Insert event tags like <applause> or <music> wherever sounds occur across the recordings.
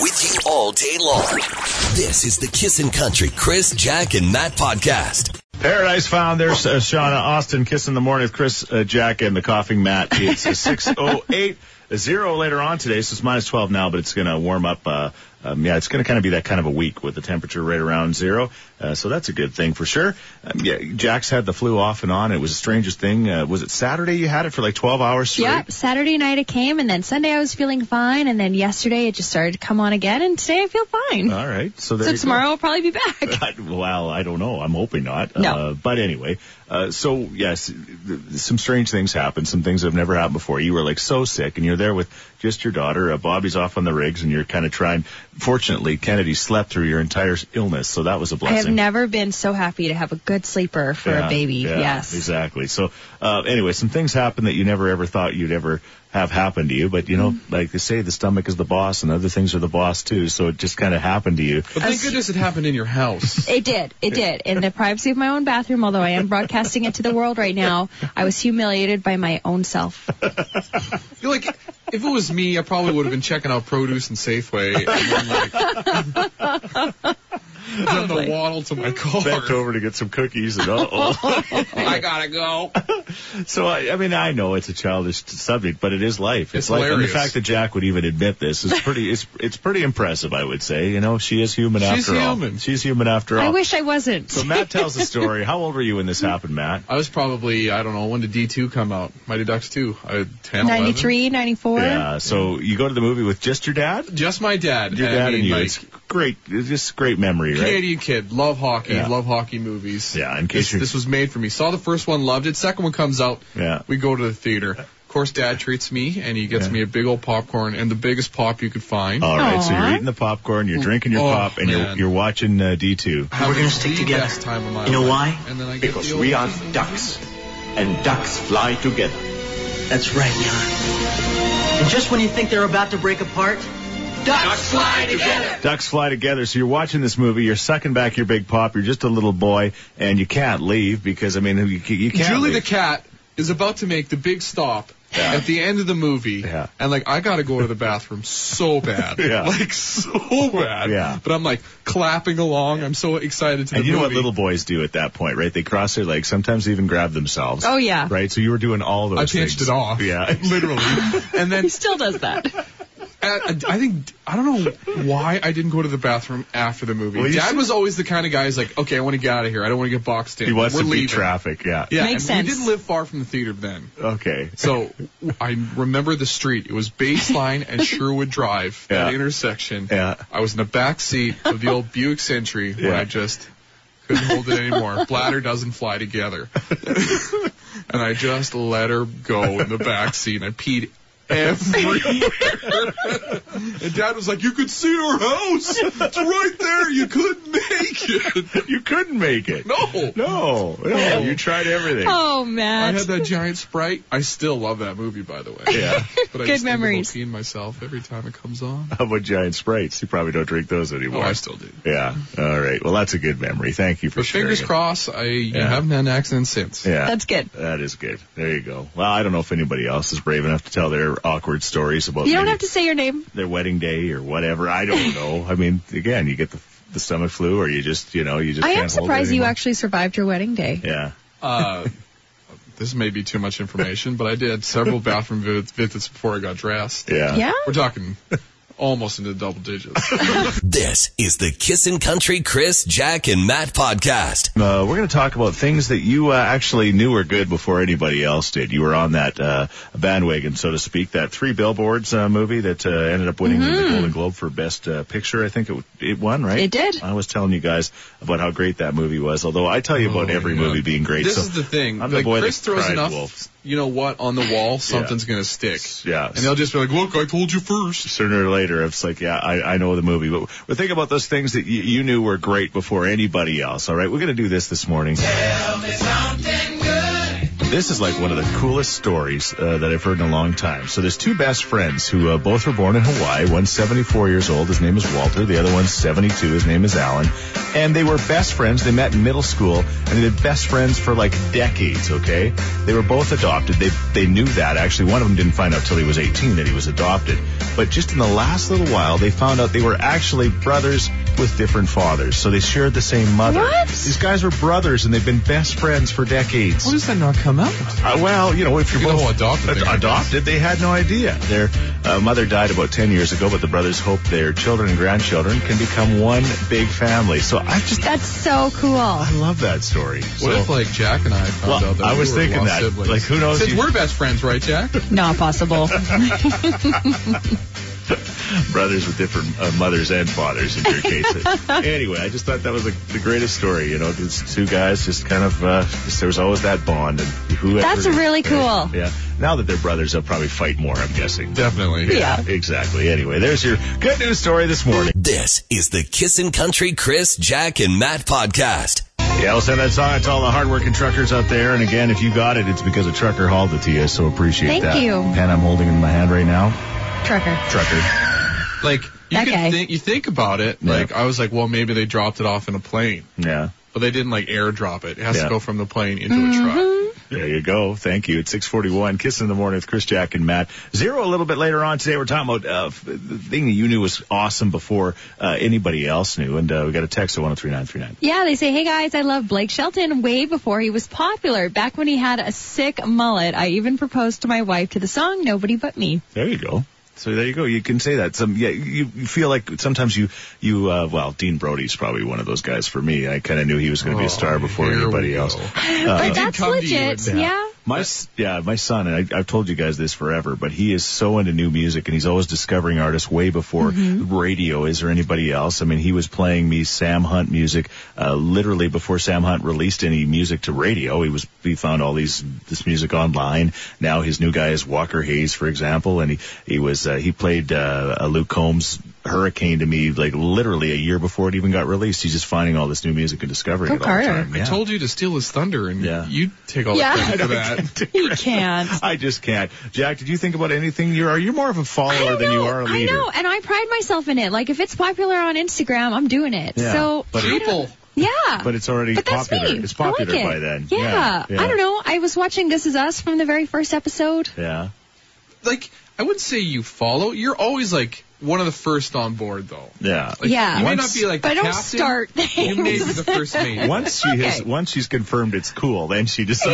with you all day long. This is the Kissin' Country Chris, Jack, and Matt podcast. Paradise Found. There's uh, Shauna Austin. Kiss in the morning with Chris, uh, Jack, and the coughing Matt. It's uh, 608. A uh, zero later on today, so it's minus 12 now, but it's going to warm up. Uh, um, yeah, it's going to kind of be that kind of a week with the temperature right around zero. Uh, so that's a good thing for sure. Um, yeah, Jack's had the flu off and on. It was the strangest thing. Uh, was it Saturday you had it for like 12 hours straight? Yep. Saturday night it came, and then Sunday I was feeling fine, and then yesterday it just started to come on again, and today I feel fine. All right. So, Uh, there so you go. tomorrow I'll probably be back. I, <laughs> well, I don't know. I'm hoping not. No. Uh, but anyway, uh, so yes, th- th- some strange things happen. Some things that have never happened before. You were like so sick, and you're there with just your daughter. Uh, Bobby's off on the rigs, and you're kind of trying. Fortunately, Kennedy slept through your entire illness, so that was a I have blessing. never been so happy to have a good sleeper for Yeah, a baby. yeah, yes. Exactly. So, uh, anyway, some things happen that you never ever thought you'd ever have happen to you. But, you know, Mm-hmm. like they say, the stomach is the boss and other things are the boss too. So it just kind of happened to you. But thank goodness it happened in your <laughs> house. It did. It did. In the privacy of my own bathroom, although I am broadcasting it to the world right now, I was humiliated by my own self. You're like, if it was me, I probably would have been checking out produce and Safeway and then like <laughs> done the waddle to my car. Back over to get some cookies <laughs> and uh-oh. Oh, I gotta go. So I, I mean, I know it's a childish subject, but it is life. It's life, and the hilarious. fact that Jack would even admit this is pretty. it's it's pretty impressive, I would say. You know, she is human She's after all. human. She's human after all. I wish I wasn't. <laughs> so Matt tells the story. How old were you when this happened, Matt? I was probably, I don't know, when did D2 come out? Mighty Ducks Uh, 2. I 10, 11. 93, 94. Yeah. So you go to the movie with just your dad, Just my dad. your I dad mean, and you. like, it's great. It's just great memory, right? Canadian kid, love hockey, Yeah. love hockey movies. Yeah, in case this, you're- this was made for me. Saw the first one, loved it. Second one comes out. Yeah. We go to the theater. Of course, Dad treats me, and he gets Yeah. Uh, me a big old popcorn and the biggest pop you could find. All right. So you're Aw. eating the popcorn, you're drinking your Oh, pop, and you're man. you're watching uh, D two. Having We're gonna stick the together. Best time of my You know life. why? And then I get Because the we are old- ducks, and ducks fly together. That's right, we are. And just when you think they're about to break apart, ducks fly together. Ducks fly together. So you're watching this movie. You're sucking back your big pop. You're just a little boy, and you can't leave because I mean you, you can't. Julie leave. the cat is about to make the big stop at the end of the movie, Yeah. and like I gotta go to the bathroom so bad, <laughs> Yeah. like so bad. Yeah. But I'm like clapping along. I'm so excited to And the you know movie. what little boys do at that point, right? They cross their legs. Sometimes they even grab themselves. Oh, yeah. Right. So you were doing all those. I pinched things. it off. <laughs> Yeah. literally. And then He still does <laughs> that. I, I think I don't know why I didn't go to the bathroom after the movie. Well, you Dad should- was always the kind of guy who's like, okay, I want to get out of here. I don't want to get boxed in. He wants We're to beat leaving. traffic. Yeah. Yeah, Makes and we sense. didn't live far from the theater then. Okay. So w- I remember the street. It was Baseline and Sherwood Drive, that Yeah. intersection. Yeah. I was in the back seat of the old Buick Century where Yeah. I just couldn't hold it anymore. Bladder doesn't fly <laughs> together. and I just let her go in the back seat and I peed everywhere. and dad was like, You could see her house. It's right there. You couldn't make it. <laughs> You couldn't make it. No. No. No. You tried everything. Oh, I Matt. had that giant sprite. I still love that movie, by the way. Yeah. <laughs> But I Good just memories. Think about peeing myself every time it comes on. How about giant sprites? You probably don't drink those Oh, anymore. I still do. yeah. All right. Well, that's a good memory. Thank you for But sharing. fingers it. crossed, I you know, Yeah. haven't had an accident since. Yeah. That's good. That is good. There you go. Well, I don't know if anybody else is brave enough to tell their awkward stories about You don't maybe have to say your name. their wedding day or whatever. I <laughs> don't know. I mean, again, you get the, the stomach flu or you just, you know, you just I am can't hold it surprised you anymore. actually survived your wedding day. Yeah. Uh, this may be too much information, but I did <laughs> several bathroom vi- visits before I got dressed. Yeah. Yeah? We're talking almost into double <laughs> digits. This is the Kissin' Country Chris, Jack, and Matt podcast. Uh, we're going to talk about things that you uh, actually knew were good before anybody else did. You were on that uh, bandwagon, so to speak, that Three Billboards uh, movie that uh, ended up winning the Golden Globe for Best uh, Picture. I think it, it won, right? Mm-hmm. It did. I was telling you guys about how great that movie was, although I tell you about Oh, every yeah. movie being great. This so is the thing. I'm the like boy Chris that throws cried enough, wolf. you know what, on the wall, something's gonna stick. Yeah. And they'll just be like, "Look, I told you first. sooner or later it's like yeah I, I know the movie but, but think about those things that you, you knew were great before anybody else all right we're going to do this this morning Tell me something good. This is like one of the coolest stories uh, that I've heard in a long time. So there's two best friends who uh, both were born in Hawaii. One's 74 years old. His name is Walter. The other one's 72. His name is Alan. And they were best friends. They met in middle school and they've been best friends for like decades. Okay. They were both adopted. They, they knew that actually. One of them didn't find out till he was 18 that he was adopted. But just in the last little while, they found out they were actually brothers with different fathers. So they shared the same mother. What? These guys were brothers and they've been best friends for decades. How does that not come out? Uh, well, you know, if you're You know, both adopted ad- thing, I guess. adopted, they had no idea. Their uh, mother died about 10 years ago, but the brothers hope their children and grandchildren can become one big family. So I just, That's so cool. I love that story. So, What if like Jack and I found Well, out that I we was were thinking lost that. siblings? Like, who knows Since you- we're best friends, right, Jack? <laughs> Not possible. brothers with different uh, mothers and fathers in your <laughs> case. anyway, I just thought that was the, the greatest story. You know, these two guys just kind of, uh, just, there was always that bond. And whoever, That's really cool. Yeah. Now that they're brothers, they'll probably fight more, I'm guessing. Definitely. Yeah. Exactly. Anyway, there's your good news story this morning. This is the Kissin' Country Chris, Jack, and Matt podcast. Yeah, I'll send that song out to all the hardworking truckers out there. And again, if you got it, it's because a trucker hauled it to you. So appreciate Thank that. you. Pen I'm holding in my hand right now. Trucker. Trucker. Like you That can guy. think you think about it. Yeah. Like I was like, well, maybe they dropped it off in a plane, Yeah. but they didn't like airdrop it. It has Yeah. to go from the plane into a Mm-hmm. truck. There you go. Thank you. It's 641. Kissing in the morning with Chris, Jack, and Matt. Zero a little bit later on today. We're talking about uh, f- the thing that you knew was awesome before uh, anybody else knew. And uh, we got a text at 103939. Yeah, they say, hey guys, I love Blake Shelton way before he was popular. Back when he had a sick mullet, I even proposed to my wife to the song Nobody But Me. There you go. So there you go. You can say that. Some yeah. You, you feel like sometimes you you uh, well. Dean Brody's probably one of those guys for me. I kind of knew he was going to be a star before Oh, Here anybody we else. go. but Uh, did that's come to you legit. and- <laughs> yeah. My s- yeah, my son, and I, I've told you guys this forever, but he is so into new music, and he's always discovering artists way before Mm-hmm. radio is or anybody else. I mean, he was playing me Sam Hunt music uh, literally before Sam Hunt released any music to radio. He was he found all these this music online. Now his new guy is Walker Hayes, for example, and he he was uh, he played uh, a Luke Combs Hurricane to me like literally a year before it even got released. He's just finding all this new music and discovering Go it all Carter. the time. I Yeah. told you to steal his thunder, and Yeah. you take all Yeah. the <laughs> credit for that. He can't. I just can't. Jack, did you think about anything? You're are you more of a I follower don't than you know. are a leader? I know, and I pride myself in it. Like if it's popular on Instagram, I'm doing it. Yeah, so but- I don't- People. Yeah. But it's already But that's popular. me. It's popular I like it. by then. Yeah. Yeah, yeah. I don't know. I was watching This Is Us from the very first episode. Yeah. Like I wouldn't say you follow. You're always like one of the first on board, though. Yeah. Like, Yeah. You may Once- not be like But I the don't captain, start You may be things. the first mate. <laughs> Once she has Okay. once she's confirmed it's cool, then she decides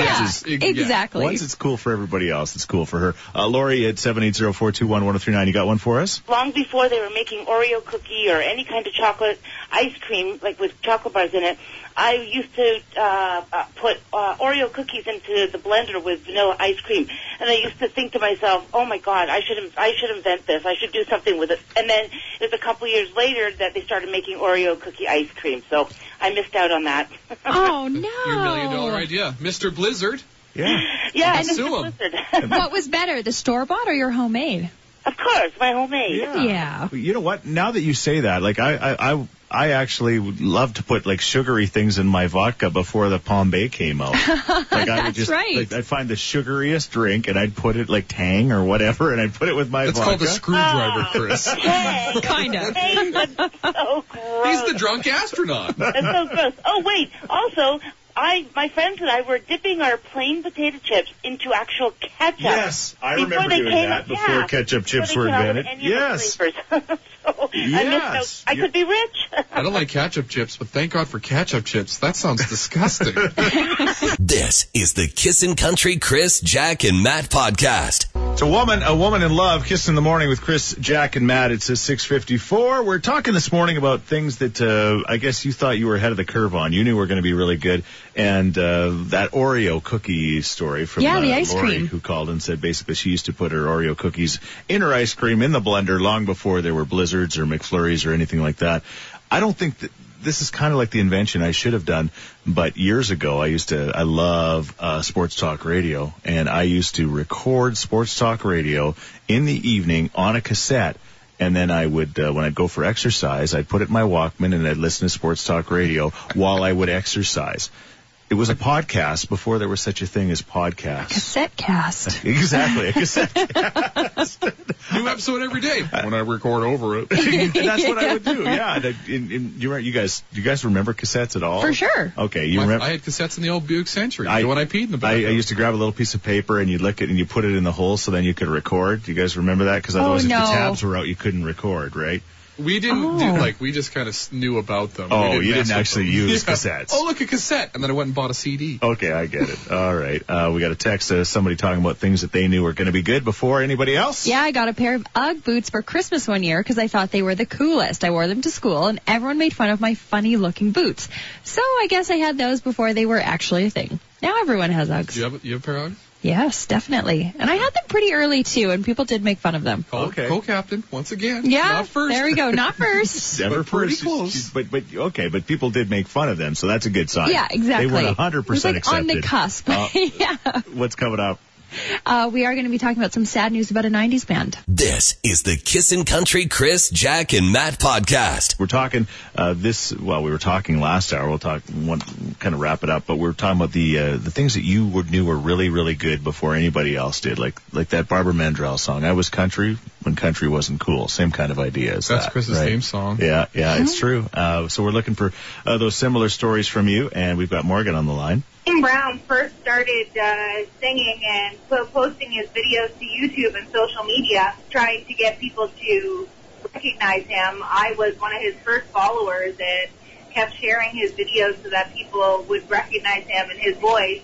Yeah, it's yeah. exactly. once it's cool for everybody else, it's cool for her. Uh, Lori at seven eight zero four two one one zero three nine. You got one for us? long before they were making Oreo cookie or any kind of chocolate ice cream, like with chocolate bars in it, I used to uh, uh, put uh, Oreo cookies into the blender with vanilla ice cream, and I used to think to myself, "Oh my God, I should I should invent this. I should do something with it." And then it was a couple of years later that they started making Oreo cookie ice cream, so I missed out on that. <laughs> <laughs> Oh no. Your million dollar idea, Mr. Blizzard. Yeah. yeah, Sue Mr. 'em. Blizzard. What was better, the store bought or your homemade? <laughs> of course, my homemade. Yeah. You know what? Now that you say that, like I, I, I, I actually would love to put like sugary things in my vodka before the Palm Bay came <laughs> out. Like I would That's just, right. Like, I'd find the sugariest drink and I'd put it like Tang or whatever, and I'd put it with my That's called vodka. a screwdriver, Oh. Chris. Hey, Kind of. hey, that's so gross. He's the drunk astronaut. <laughs> That's so gross. Oh wait, also, I my friends and I were dipping our plain potato chips into actual ketchup. Yes, I Before remember they doing came that out- before yeah, ketchup chips before were they came out with invented. any of the Yes. flavors. <laughs> so I Yes. missed out. I You- could be rich. <laughs> I don't like ketchup chips, but thank God for ketchup chips. That sounds <laughs> disgusting. This is the Kissin' Country Chris, Jack, and Matt podcast. It's a woman, a woman in love, kissing in the morning with Chris, Jack, and Matt. It's a 6:54. We're talking this morning about things that uh, I guess you thought you were ahead of the curve on. You knew were going to be really good, and uh, that Oreo cookie story from Yeah, uh, the ice Lori, cream. who called and said basically she used to put her Oreo cookies in her ice cream in the blender long before there were blizzards or McFlurries or anything like that. I don't think that. This is kind of like the invention I should have done, but years ago I used to, I love uh, sports talk radio, and I used to record sports talk radio in the evening on a cassette, and then I would, uh, when I'd go for exercise, I'd put it in my Walkman and I'd listen to sports talk radio while I would exercise It was a podcast before there was such a thing as podcasts. Cassette cast. <laughs> Exactly. a cassette. New episode every day when I record over <laughs> it. And that's what I would do. Yeah. That- in- in- you, re- you guys, you guys remember cassettes at all? For sure. Okay. You My- remember? I had cassettes in the old Buick Century. I- when I peed in the I, I bathroom. used to grab a little piece of paper and you'd lick it and you put it in the hole so then you could record. Do you guys remember that? Because otherwise, Oh, no. if the tabs were out, you couldn't record, right? We didn't Oh. do like we just kind of knew about them. We Oh, you mess with didn't actually them. use cassettes. Oh. Oh, look a cassette, and then I went and bought a CD. Okay, I get it. All right. Uh, we got a text uh, somebody talking about things that they knew were going to be good before anybody else. Yeah, I got a pair of Ugg boots for Christmas one year because I thought they were the coolest. I wore them to school and everyone made fun of my funny looking boots. So I guess I had those before they were actually a thing. Now everyone has Uggs. Do you have you have a pair on? Yes, definitely. And I had them pretty early too and people did make fun of them. Call, Okay. Call captain once again. Yeah. Not first. There we <laughs> go. Not first. Ever But pretty first, close. But but okay, but people did make fun of them, so that's a good sign. yeah, exactly. They weren't 100 It was percent like accepted. on the cusp. Uh, <laughs> yeah. What's coming up? Uh, we are going to be talking about some sad news about a 90s band. This is the Kissin' Country Chris, Jack, and Matt podcast. We're talking uh, this. Well, we were talking last hour. We'll talk one kind of wrap it up, but we we're talking about the uh, the things that you were, knew were really really good before anybody else did, like like that Barbara Mandrell song. I was country when country wasn't cool. Same kind of idea as That's that, Chris's right? theme song. Yeah, yeah, it's true. Uh, so we're looking for uh, those similar stories from you, and we've got Morgan on the line. James Brown first started uh, singing and po- posting his videos to YouTube and social media, trying to get people to recognize him. I was one of his first followers and kept sharing his videos so that people would recognize him and his voice.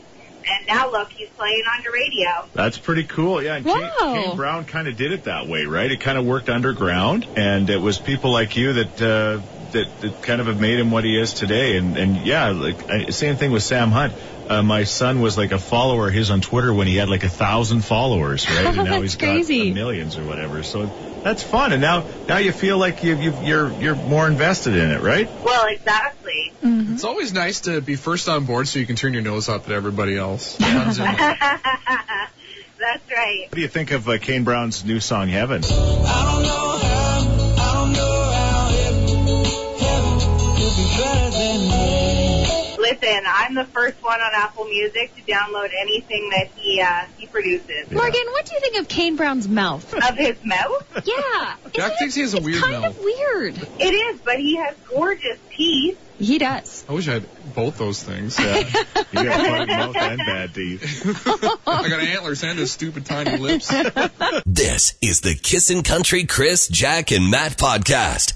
And now look, he's playing on your radio. That's pretty cool. Yeah, and Wow. Kane, Kane Brown kind of did it that way, right? It kind of worked underground, and it was people like you that uh, that, that kind of have made him what he is today. And and yeah, like I, same thing with Sam Hunt. Uh, my son was like a follower of his on Twitter when he had like a thousand followers, right? <laughs> And now That's he's got crazy. uh, millions or whatever. So that's fun. And now now you feel like you you you're you're more invested in it, right? Well, exactly. <laughs> It's always nice to be first on board so you can turn your nose up at everybody <laughs> else. Sometimes you're like, That's right. What do you think of uh, Kane Brown's new song Heaven? Listen, I'm the first one on Apple Music to download anything that he uh, he produces. Yeah. Morgan, what do you think of Kane Brown's mouth? Of his mouth. yeah. Jack Isn't thinks it- he has a it's weird kind mouth. of weird. It is, but he has gorgeous teeth. He does. I wish I had both those things. Yeah. Uh, you got funny mouth and bad teeth. I got antlers and his stupid tiny <laughs> lips. This is the Kissin' Country Chris, Jack, and Matt podcast.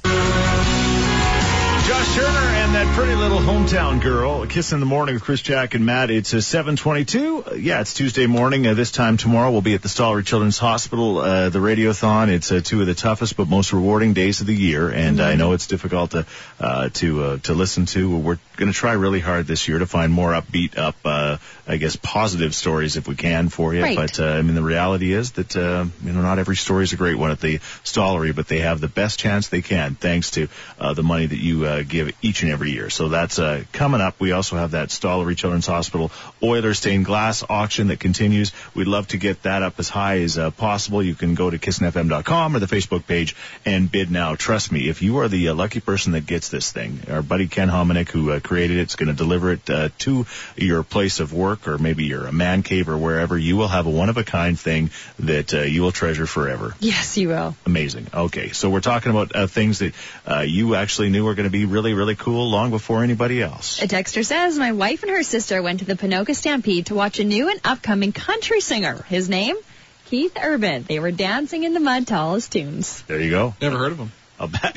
Josh Turner and that pretty little hometown girl. A kiss in the morning with Chris Jack and Matt. It's uh, 722. Uh, yeah, it's Tuesday morning. Uh, this time tomorrow, we'll be at the Stollery Children's Hospital, uh, the Radiothon. It's uh, two of the toughest but most rewarding days of the year. And I know it's difficult to, uh, to, uh, to listen to. We're going to try really hard this year to find more upbeat, up, uh, I guess, positive stories if we can for you. Right. But, uh, I mean, the reality is that, uh, you know, not every story is a great one at the Stollery, but they have the best chance they can thanks to uh, the money that you uh, give each and every year. So that's uh, coming up. We also have that Stollery Children's Hospital Oiler Stained Glass auction that continues. We'd love to get that up as high as uh, possible. You can go to kissinfm.com or the Facebook page and bid now. Trust me, if you are the uh, lucky person that gets this thing, our buddy Ken Hominick, who uh, created it, is going to deliver it uh, to your place of work or maybe your uh, man cave or wherever. You will have a one of a kind thing that uh, you will treasure forever. Yes, you will. Amazing. Okay, so we're talking about uh, things that uh, you actually knew were going to be really, really cool long before anybody else. A texter says, My wife and her sister went to the Pinoca Stampede to watch a new and upcoming country singer. His name? Keith Urban. They were dancing in the mud to all his tunes. There you go. Never heard of him. I'll back,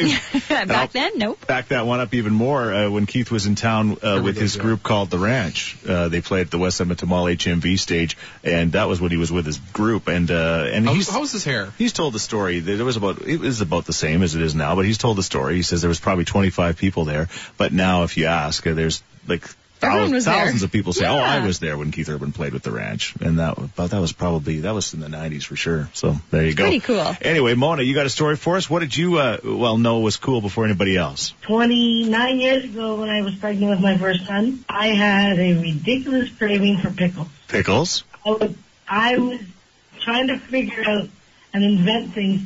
I'll <laughs> Back then, nope. back that one up even more uh, when Keith was in town uh, with those, his yeah. group called The Ranch. Uh, they played at the West Edmonton Mall HMV stage, and that was when he was with his group. And uh, and How he's, was, how was his hair? He's told the story that it was about it was about the same as it is now, but he's told the story. He says there was probably 25 people there, but now if you ask, uh, there's like Everyone thousands, was there. thousands of people say, "Oh, I Yeah. was there when Keith Urban played with the Ranch," and that but that was probably that was in the 90s for sure. So there you go. Pretty cool. Anyway, Mona, you got a story for us. What did you uh, well know was cool before anybody else? 29 years ago when I was pregnant with my first son, I had a ridiculous craving for pickles. Pickles. I was, I was trying to figure out and invent things,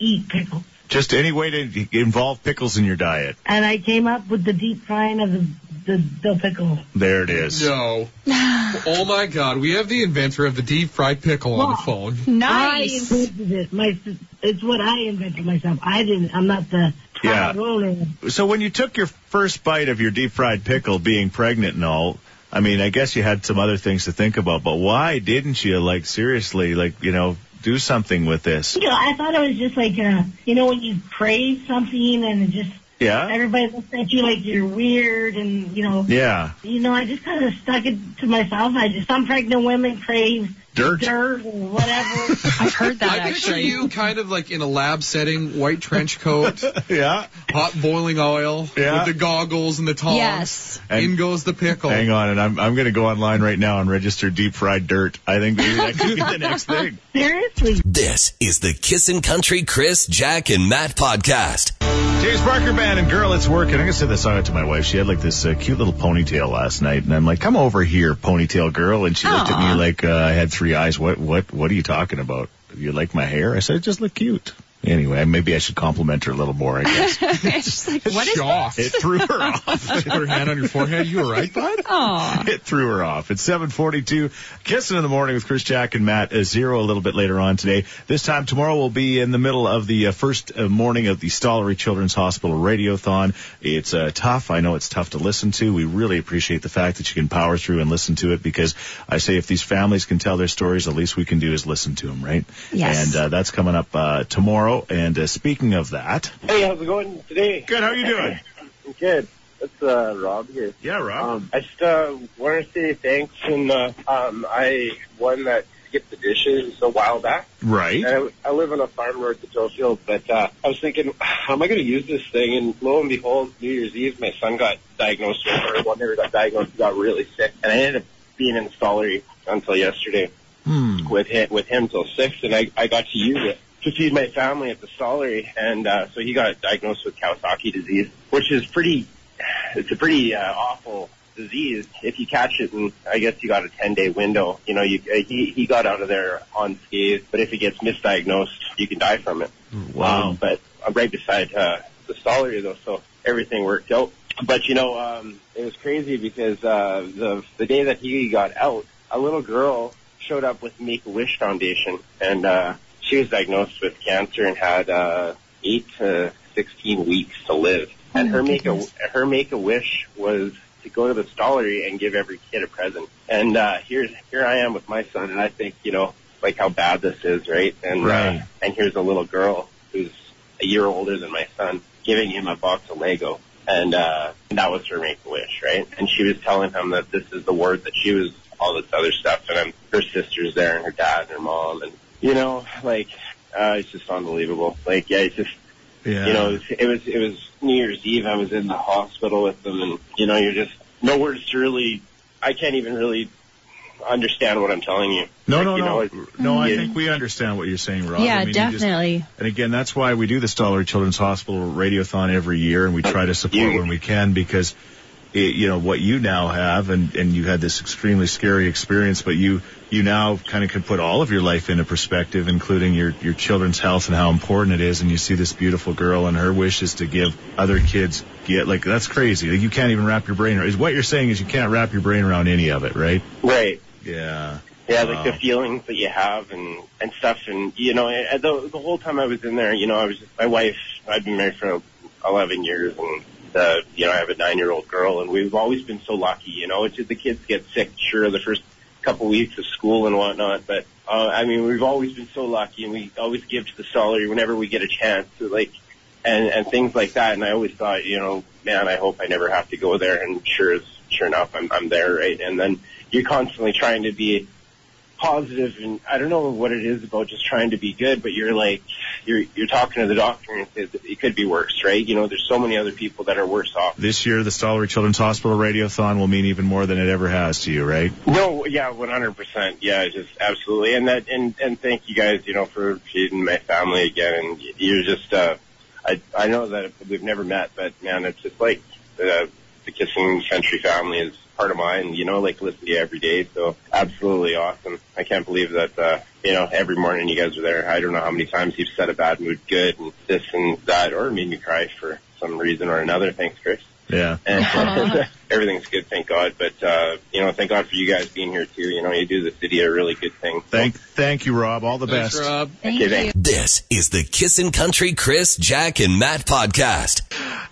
eat pickles. Just any way to involve pickles in your diet. And I came up with the deep frying of the the dill pickle. There it is. No. oh my God, we have the inventor of the deep fried pickle on the phone. I Nice. invented it. My, it's what I invented myself. I didn't. I'm not the Yeah. hot owner. So when you took your first bite of your deep fried pickle, being pregnant and all, I mean, I guess you had some other things to think about, but why didn't you, like, seriously, like, you know, do something with this? You know, I thought it was just like, uh, you know, when you crave something and it just Yeah? everybody looks at you like you're weird and you know. Yeah. You know, I just kind of stuck it to myself. I just some pregnant women crave Dirt. dirt or <laughs> whatever. I've heard that <laughs> I picture actually. <laughs> you kind of like in a lab setting, white trench coat, Yeah. hot boiling oil, Yeah. with the goggles and the tongs. Yes. In And- goes the pickle. Hang on, and I'm, I'm going to go online right now and register deep fried dirt. I think maybe that could be the next thing. Seriously, This is the Kissin' Country Chris, Jack, and Matt podcast. James Barker Band and Girl, It's Working. I'm going to send this song out to my wife. She had like this uh, cute little ponytail last night, and I'm like, come over here, ponytail girl. And she looked at Aw. me like uh, I had three eyes. What, what, what are you talking about? You like my hair? I said, "It just look cute. Anyway, maybe I should compliment her a little more, I guess. It's just like, what is Shocked. it threw her <laughs> off. Put her hand on your forehead. You all right, bud? Aw. <laughs> It threw her off. It's 742. Kissing in the morning with Chris Jack and Matt uh, Zero a little bit later on today. This time tomorrow we'll be in the middle of the uh, first uh, morning of the Stollery Children's Hospital Radiothon. It's uh, tough. I know it's tough to listen to. We really appreciate the fact that you can power through and listen to it because I say if these families can tell their stories, the least we can do is listen to them, right? Yes. And uh, that's coming up uh, tomorrow. And uh, speaking of that, Hey, how's it going today? good. How are you doing? I'm good. It's uh, Rob here. Yeah, Rob. Um, I just uh, want to say thanks, and uh, um, I won that skip the dishes a while back. right. And I, I live on a farm road to Joefield, but uh, I was thinking, <sighs> how am I going to use this thing? And lo and behold, New Year's Eve, my son got diagnosed with, or well, never got diagnosed, he got really sick, and I ended up being in Stollery until yesterday Hmm. with him with him till six, and I I got to use it to feed my family at the stollery, and uh, so he got diagnosed with Kawasaki disease, which is pretty. It's a pretty uh, awful disease. If you catch it, and I guess you got a ten day window. You know, you uh, he he got out of there unscathed, but if it gets misdiagnosed, you can die from it. Wow. Um, but I'm right beside uh, the stollery though, so everything worked out. But you know, um, it was crazy because uh, the the day that he got out, a little girl showed up with Make a Wish Foundation, and uh, she was diagnosed with cancer and had uh, eight to sixteen weeks to live. And her make a her make a wish was to go to the stollery and give every kid a present. And uh, here's here I am with my son, and I think you know like how bad this is, right? And Right. Uh, and here's a little girl who's a year older than my son giving him a box of Lego. And uh, that was her make a wish, right? And she was telling him that this is the word that she was all this other stuff. And um, her sister's there, and her dad, and her mom, and you know, like uh, it's just unbelievable. Like, yeah, it's just Yeah. you know, it was, it was it was New Year's Eve. I was in the hospital with them, and you know, you're just no words to really. I can't even really understand what I'm telling you. No, Like, no, you know, no. it- no, I yeah. think we understand what you're saying, Rob. I Yeah, mean, you just- definitely. and again, that's why we do the Stoller Children's Hospital Radiothon every year, and we try to support Yeah. when we can because, it, you know, what you now have, and, and you had this extremely scary experience, but you you now kind of can put all of your life into perspective, including your your children's health and how important it is. And you see this beautiful girl, and her wish is to give other kids get like that's crazy. Like, you can't even wrap your brain. around What you're saying is you can't wrap your brain around any of it, right? right. Yeah. Yeah, like Wow. the feelings that you have and and stuff, and you know, and the the whole time I was in there, you know, I was just, my wife. I've been married for eleven years, and uh, you know, I have a nine year old girl, and we've always been so lucky. You know, it's just the kids get sick, sure, the first couple weeks of school and whatnot, but uh, I mean, we've always been so lucky, and we always give to the salary whenever we get a chance. So, like, and and things like that. And I always thought, you know, man, I hope I never have to go there. And sure as sure enough, I'm I'm there, right? And then you're constantly trying to be positive, and I don't know what it is about just trying to be good, but you're like you're you're talking to the doctor and it, it could be worse, right? You know, there's so many other people that are worse off. This year, the Stollery Children's Hospital Radiothon will mean even more than it ever has to you, right? No, yeah, one hundred percent. Yeah, just absolutely. And that, and and thank you guys, you know, for feeding my family again. And y- you're just, uh, I I know that we've never met, but man, it's just like the the Kissing Country family is part of mine. You know, like listen to you every day. So absolutely awesome. I can't believe that. uh you know, every morning you guys are there. I don't know how many times you've said a bad mood good and this and that or made me cry for some reason or another. Thanks, Chris. Yeah. And Uh-huh. uh, <laughs> everything's good, thank God. But uh, you know, thank God for you guys being here too. You know, you do the city a really good thing. Thank, thank you, Rob. All the Thanks, best. Rob. Thank Okay, you. This is the Kissin' Country Chris, Jack, and Matt podcast.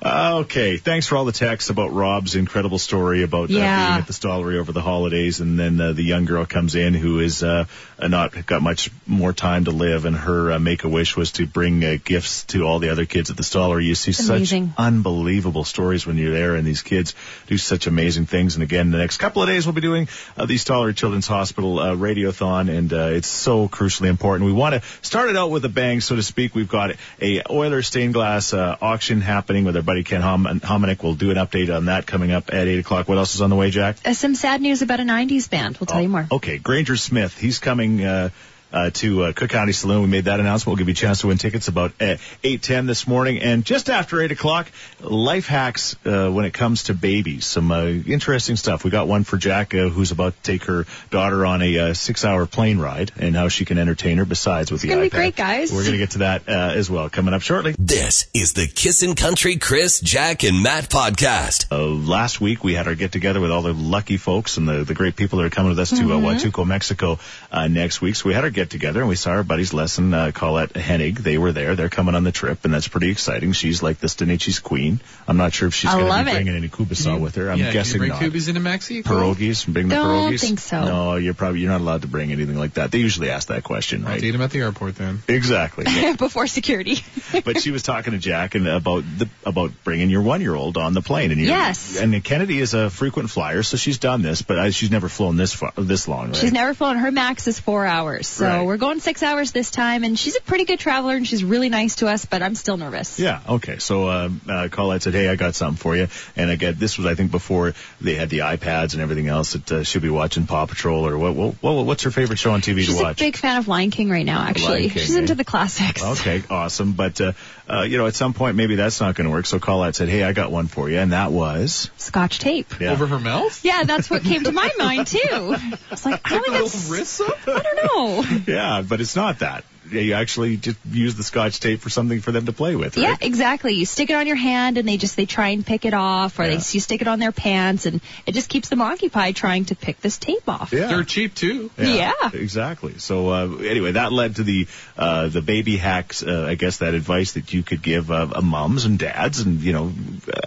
Uh, Okay, thanks for all the texts about Rob's incredible story about uh, Yeah. being at the stallery over the holidays, and then uh, the young girl comes in who is uh, not got much more time to live, and her uh, make a wish was to bring uh, gifts to all the other kids at the stallery. You see Amazing. such unbelievable stories when you're there, and these kids do such amazing things. And again, the next couple of days we'll be doing uh, the Stoller Children's Hospital uh, Radiothon, and uh, it's so crucially important. We want to start it out with a bang, so to speak. We've got a Euler stained glass uh, auction happening with our buddy Ken Hom- Hominick. We'll do an update on that coming up at eight o'clock. What else is on the way, Jack? Uh, some sad news about a 90s band. We'll tell you more. <laughs> Okay, Granger Smith. He's coming. Uh, uh, to uh, Cook County Saloon. We made that announcement. We'll give you a chance to win tickets about uh, 8.10 this morning. And just after 8 o'clock, life hacks uh, when it comes to babies. Some uh, interesting stuff. We got one for Jack, uh, who's about to take her daughter on a uh, six-hour plane ride and how she can entertain her besides with the gonna be iPad. great, guys. We're going to get to that uh, as well coming up shortly. This is the Kissin' Country Chris, Jack, and Matt podcast. Uh, last week we had our get together with all the lucky folks and the, the great people that are coming with us Mm-hmm. to uh, Huatuco, Mexico uh, next week. So we had our get together and we saw our buddies Les and uh, Colette Hennig. They were there. They're coming on the trip and that's pretty exciting. She's like the Stanichi's queen. I'm not sure if she's I going to love be it. bringing any kubasaw with her. I'm yeah, can guessing you not. bring Kubies into Mexico? Pierogies, bring the Don't pierogies. think so. No, you're probably you're not allowed to bring anything like that. They usually ask that question, I'll right? date him at the airport then. Exactly. Before security. but she was talking to Jack and about the about bringing your one year old on the plane. And you- Yes. and Kennedy is a frequent flyer, so she's done this, but uh, she's never flown this far, this long. Right? She's never flown. Her max is four hours. So Right. we're going six hours this time, and she's a pretty good traveler, and she's really nice to us, but I'm still nervous. Yeah. Okay. So uh, uh, Colette said, "Hey, I got something for you." And again, this was I think before they had the iPads and everything else that uh, she'll be watching Paw Patrol or what, what, what? What's her favorite show on TV She's to a watch? big fan of Lion King right now, actually. Lion King, she's into eh? the classics. Okay, awesome. But uh, uh, you know, at some point, maybe that's not going to work. So Colette said, "Hey, I got one for you," and that was Scotch tape. Yeah. Over her mouth? Yeah, that's what came to my mind too. <laughs> I was like, oh, Put the little that's, wrists up? I don't know. Yeah, but it's not that. Yeah, You actually just use the scotch tape for something for them to play with, Yeah, right? exactly. You stick it on your hand, and they just they try and pick it off, or they Yeah. you stick it on their pants, and it just keeps them occupied trying to pick this tape off. They're cheap too. Yeah. exactly. So uh, anyway, that led to the uh, the baby hacks. Uh, I guess that advice that you could give uh, uh, moms and dads, and you know,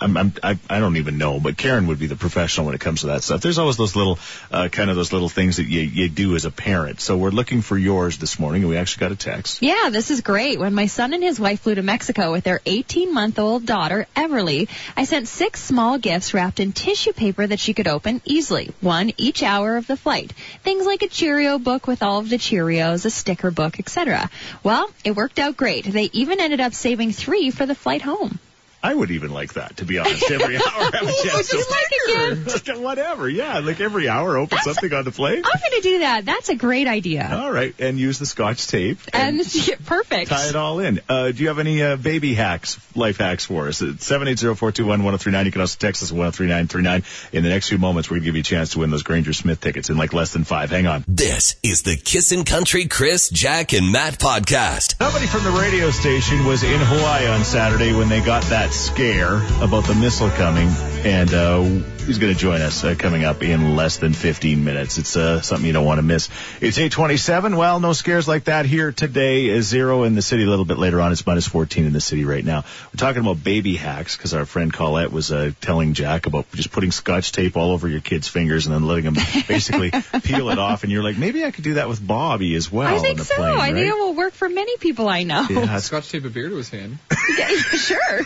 I'm, I'm, I I don't even know, but Karen would be the professional when it comes to that stuff. There's always those little uh, kind of those little things that you you do as a parent. So we're looking for yours this morning, and we actually got a text. Yeah, this is great. When my son and his wife flew to Mexico with their 18 month old daughter, Everly, I sent six small gifts wrapped in tissue paper that she could open easily, one each hour of the flight. Things like a Cheerio book with all of the Cheerios, a sticker book, etc. Well, it worked out great. They even ended up saving three for the flight home. I would even like that, to be honest. <laughs> Every hour, have a chance Just to like a gift. whatever. Yeah, like every hour, open something on the plane. I'm going to do that. That's a great idea. All right, and use the scotch tape and, And <laughs> perfect. tie it all in. Uh, do you have any uh, baby hacks, life hacks for us? It's 780-421-1039. You can also text us oh at 103939. In the next few moments, we're going to give you a chance to win those Granger Smith tickets in like less than five. Hang on. This is the Kissin' Country Chris, Jack, and Matt podcast. Somebody from the radio station was in Hawaii on Saturday when they got that scare about the missile coming, and uh, he's going to join us uh, coming up in less than 15 minutes. It's uh, something you don't want to miss. It's 8:27. Well, no scares like that here today. Is zero in the city a little bit later on. It's minus 14 in the city right now. We're talking about baby hacks because our friend Colette was uh, telling Jack about just putting scotch tape all over your kid's fingers and then letting <laughs> him basically peel it off. And you're like, maybe I could do that with Bobby as well. I on think the so. plane, I think right? it will work for many people I know. <laughs> Yeah, Scotch tape a beer to his hand. sure.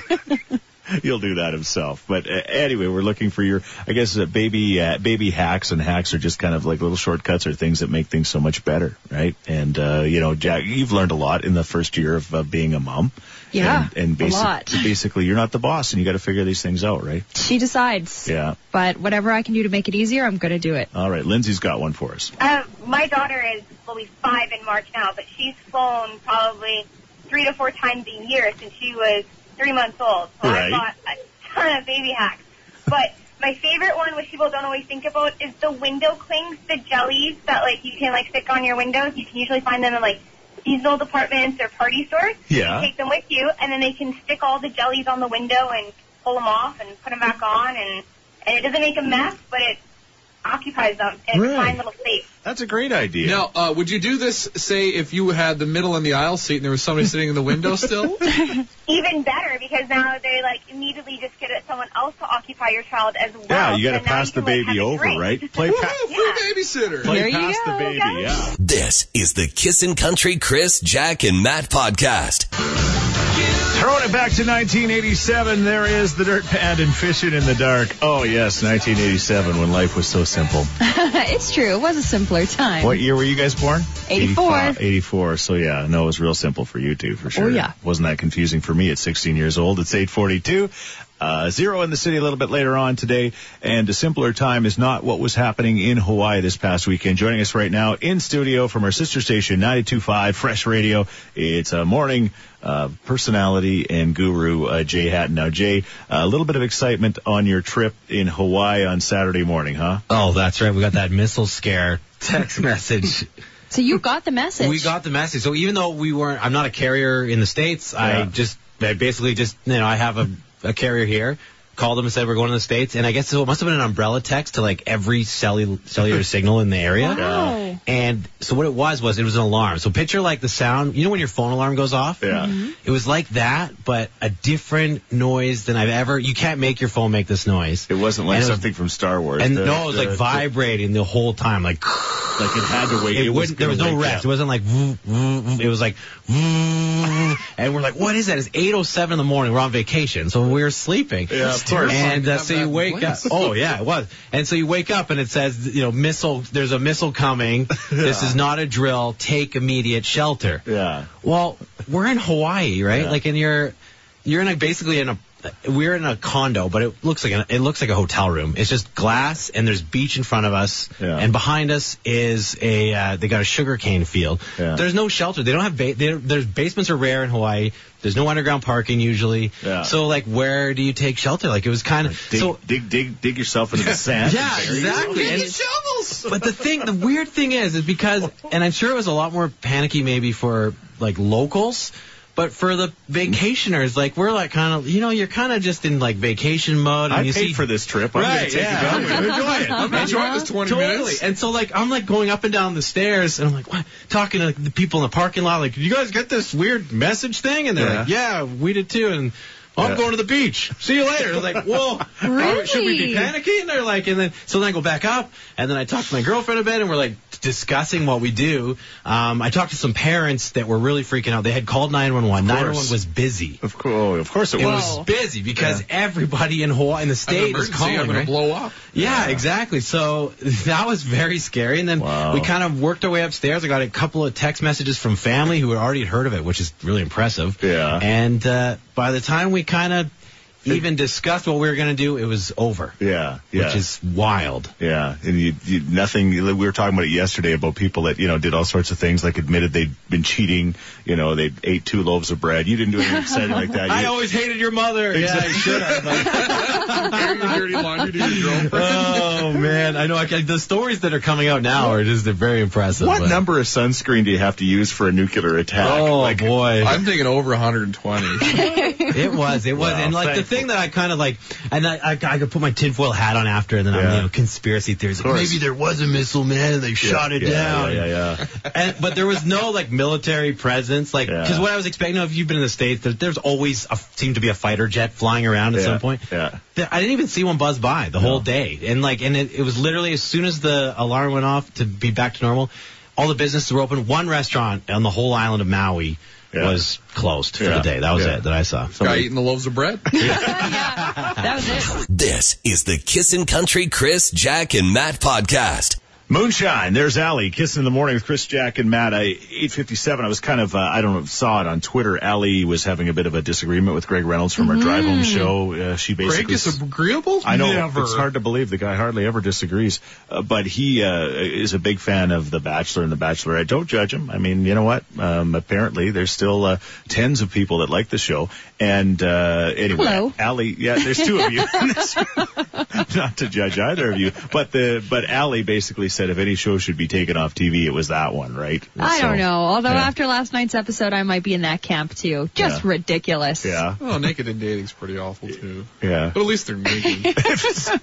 <laughs> <laughs> he'll do that himself. But uh, anyway, we're looking for your, I guess, uh, baby uh, baby hacks, and hacks are just kind of like little shortcuts or things that make things so much better, right? And uh, you know, Jack, you've learned a lot in the first year of uh, being a mom. Yeah, and, and a basic- lot. <laughs> basically, you're not the boss, and you got to figure these things out, right? She decides. Yeah. But whatever I can do to make it easier, I'm going to do it. <laughs> All right, Lindsay's got one for us. Uh, my daughter is will be five in March now, but she's flown probably three to four times a year since she was three months old. So Right. I bought a ton of baby hacks. But my favorite one, which people don't always think about, is the window clings, the jellies that like you can like stick on your windows. You can usually find them in like seasonal departments or party stores. Yeah. You take them with you, and then they can stick all the jellies on the window and pull them off and put them back on, and and it doesn't make a mess, but it occupies them in a Right. fine little space. That's a great idea. Now, uh, would you do this, say, if you had the middle and the aisle seat and there was somebody sitting in the window <laughs> still? Even better because now they like immediately just get it- someone else to occupy your child as well. Yeah, you got So to now pass the can, like, baby have a over, drink. right? Play, <laughs> pa- babysitter. play past the baby. Yeah. This is the Kissin' Country Chris, Jack, and Matt podcast. Throwing it back to 1987, there is the dirt pad and fishing in the dark. Oh yes, 1987 when life was so simple. it's true. It was a simpler time. What year were you guys born? 84. 85, 84. So yeah, no, it was real simple for you two for sure. yeah. Wasn't that confusing for me at 16 years old? It's 842. Uh, zero in the city a little bit later on today, and a simpler time is not what was happening in Hawaii this past weekend. Joining us right now in studio from our sister station 92.5 Fresh Radio, it's a morning uh, personality and guru uh, Jay Hatton. Now, Jay, a little bit of excitement on your trip in Hawaii on Saturday morning, huh? Oh, that's right. We got that missile scare <laughs> text message. So you got the message. We got the message. So even though we weren't, I'm not a carrier in the states. I Yeah. just, I basically just, you know, I have a, a carrier here. Called them and said we're going to the states, and I guess so it must have been an umbrella text to like every cellu- <laughs> cellular signal in the area. Wow. And so what it was was it was an alarm. So picture like the sound, you know, when your phone alarm goes off. Yeah. It was like that, but a different noise than I've ever. You can't make your phone make this noise. It wasn't like And it was- something from Star Wars. and The- no, it was the- like vibrating the whole time, like like it had to wake- It, it was wouldn't. There was gonna no wake rest. up. It wasn't like vroom, vroom, vroom. it was like, vroom, and we're like, what is that? It's 8:07 in the morning. We're on vacation, so we were sleeping. Yeah, of course. And uh, Have so that you wake place. up. Oh yeah, it was. And so you wake up and it says, you know, missile. There's a missile <laughs> coming. This is not a drill. Take immediate shelter. Yeah. Well, we're in Hawaii, right? Like, and you're you're in a basically in a we're in a condo, but it looks like an, it looks like a hotel room. It's just glass, and there's beach in front of us, and behind us is a uh, they got a sugarcane field. There's no shelter. They don't have ba- they, there's basements are rare in Hawaii. There's no underground parking usually. So like, where do you take shelter? Like it was kind of dig, so dig, dig, dig yourself <laughs> into the sand. yeah, and bury exactly. yourself. And- but the thing, the weird thing is, is because, and I'm sure it was a lot more panicky maybe for like locals, but for the vacationers, like we're like kind of, you know, you're kind of just in like vacation mode. And I you paid see, for this trip. I'm right, gonna take yeah. advantage of it. enjoy it. I'm enjoying this 20 totally. minutes. And so like I'm like going up and down the stairs, and I'm like what? talking to the people in the parking lot, like, "Did you guys get this weird message thing?" And they're like, "Yeah, we did too." And "Oh, I'm Yeah. going to the beach. See you later. I was like, whoa, Really? should we be panicking? And they're like, and then so then I go back up, and then I talk to my girlfriend a bit, and we're like discussing what we do. Um, I talked to some parents that were really freaking out. They had called 911. 911 was busy. Of course, of course it, it was. was busy because everybody in Hawaii in the state is emergency, calling. I'm gonna right? blow up. Yeah, exactly. So <laughs> that was very scary. And then we kind of worked our way upstairs. I got a couple of text messages from family who had already had heard of it, which is really impressive. Yeah. And uh, by the time we kind of even discussed what we were going to do, it was over. Yeah, yeah. Which is wild. Yeah, and you, you nothing. We were talking about it yesterday about people that you know did all sorts of things, like admitted they'd been cheating. You know, they ate two loaves of bread. You didn't do anything exciting <laughs> like that. I You- <laughs> always hated your mother. Yeah, I should have. <laughs> oh <laughs> man, I know. I, the stories that are coming out now are just they're very impressive. what but- number of sunscreen do you have to use for a nuclear attack? Oh boy, <laughs> I'm thinking over <laughs> 120. It was. It was. Wow, and like the thing that I kind of like, and I, I, I could put my tinfoil hat on after, and then I'm you know conspiracy theories. Like, course. Maybe there was a missile man, and they shot it yeah, down. yeah, and, but there was no like military presence, like because what I was expecting. you know, If you've been in the states, there, there's always a, seemed to be a fighter jet flying around at Yeah, some point. Yeah. There- I didn't even see one buzz by the whole day, and like, and it, it was literally as soon as the alarm went off to be back to normal, all the businesses were open. One restaurant on the whole island of Maui was closed for Yeah. the day. That was Yeah. it that I saw. Guy eating the loaves of bread. That was it. This is the Kissin' Country Chris, Jack, and Matt podcast. Moonshine. There's Allie kissing in the morning with Chris, Jack, and Matt. I 857. I was kind of uh, I don't know saw it on Twitter. Allie was having a bit of a disagreement with Greg Reynolds from Mm-hmm. our drive home show. Uh, she basically Greg disagreeable? I know Never. it's hard to believe the guy hardly ever disagrees, uh, but he uh, is a big fan of The Bachelor and The Bachelorette. Don't judge him. I mean, you know what? Um, apparently, there's still uh, tens of people that like the show. And uh, anyway, Hello. Allie, yeah, <laughs> <laughs> there's two of you. Not to judge either of you, but the but Allie basically said if any show should be taken off TV, it was that one, right? I So- don't know. Although yeah. after last night's episode, I might be in that camp too. Just Yeah. ridiculous. Yeah. Oh, naked and dating's pretty awful too. Yeah. But at least they're <laughs> naked.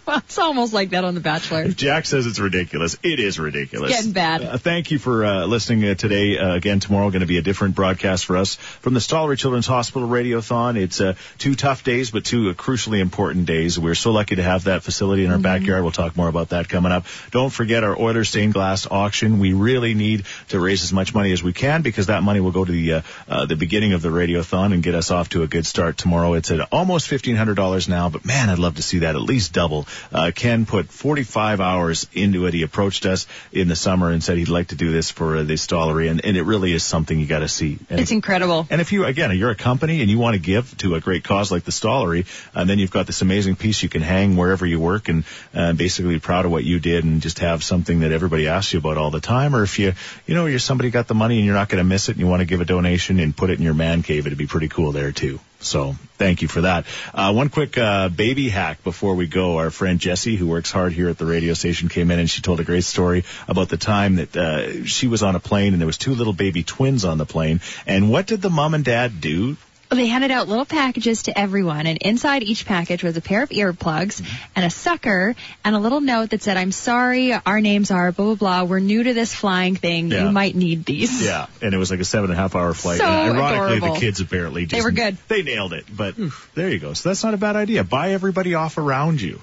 well, <laughs> it's almost like that on The Bachelor. If Jack says it's ridiculous, it is ridiculous. It's getting bad. Uh, thank you for uh, listening uh, today. Uh, again, tomorrow going to be a different broadcast for us from the Stollery Children's Hospital Radiothon. It's uh, two tough days, but two uh, crucially important days. We're so lucky to have that facility in our Mm-hmm. backyard. We'll talk more about that coming up. Don't forget our Oilers stained glass auction. We really need to raise as much money as we can because that money will go to the uh, uh, the beginning of the radiothon and get us off to a good start tomorrow. It's at almost fifteen hundred dollars now, but man, I'd love to see that at least double. Uh, Ken put forty five hours into it. He approached us in the summer and said he'd like to do this for uh, the stallery, and, and it really is something you got to see. And It's incredible. and if you, again, you're a company and you want to give to a great cause like the Stollery, and then you've got this amazing piece you can hang wherever you work and uh, basically be proud of what you did and just have something that everybody asks you about all the time. Or if you, you know, you're somebody got the money and you're not going to miss it and you want to give a donation and put it in your man cave, it'd be pretty cool there too. So thank you for that. Uh, one quick uh, baby hack before we go. Our friend Jessie, who works hard here at the radio station, came in and she told a great story about the time that uh, she was on a plane and there was two little baby twins on the plane. And what did the mom and dad do? They handed out little packages to everyone, and inside each package was a pair of earplugs and a sucker and a little note that said, I'm sorry, our names are blah, blah, blah. We're new to this flying thing. Yeah. You might need these. Yeah, and it was like a seven and a half hour flight. So and ironically, adorable. the kids apparently just They were good. They nailed it. But there you go. So that's not a bad idea. Buy everybody off around you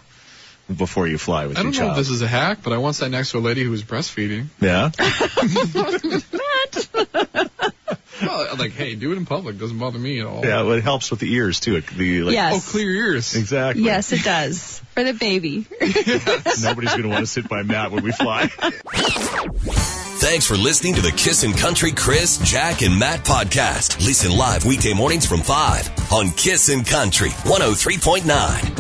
before you fly with I your don't know if child. this is a hack, but I once sat next to a lady who was breastfeeding. yeah. <laughs> Well, like, hey, do it in public. Doesn't bother me at all. Yeah, well, it helps with the ears too. It- The, like, Yes. Oh, clear ears. Exactly. <laughs> Yes, it does. For the baby. Nobody's going to want to sit by Matt when we fly. Thanks for listening to the Kissin' Country Chris, Jack, and Matt oh podcast. Listen live weekday mornings from 5 on Kissin' Country 103.9.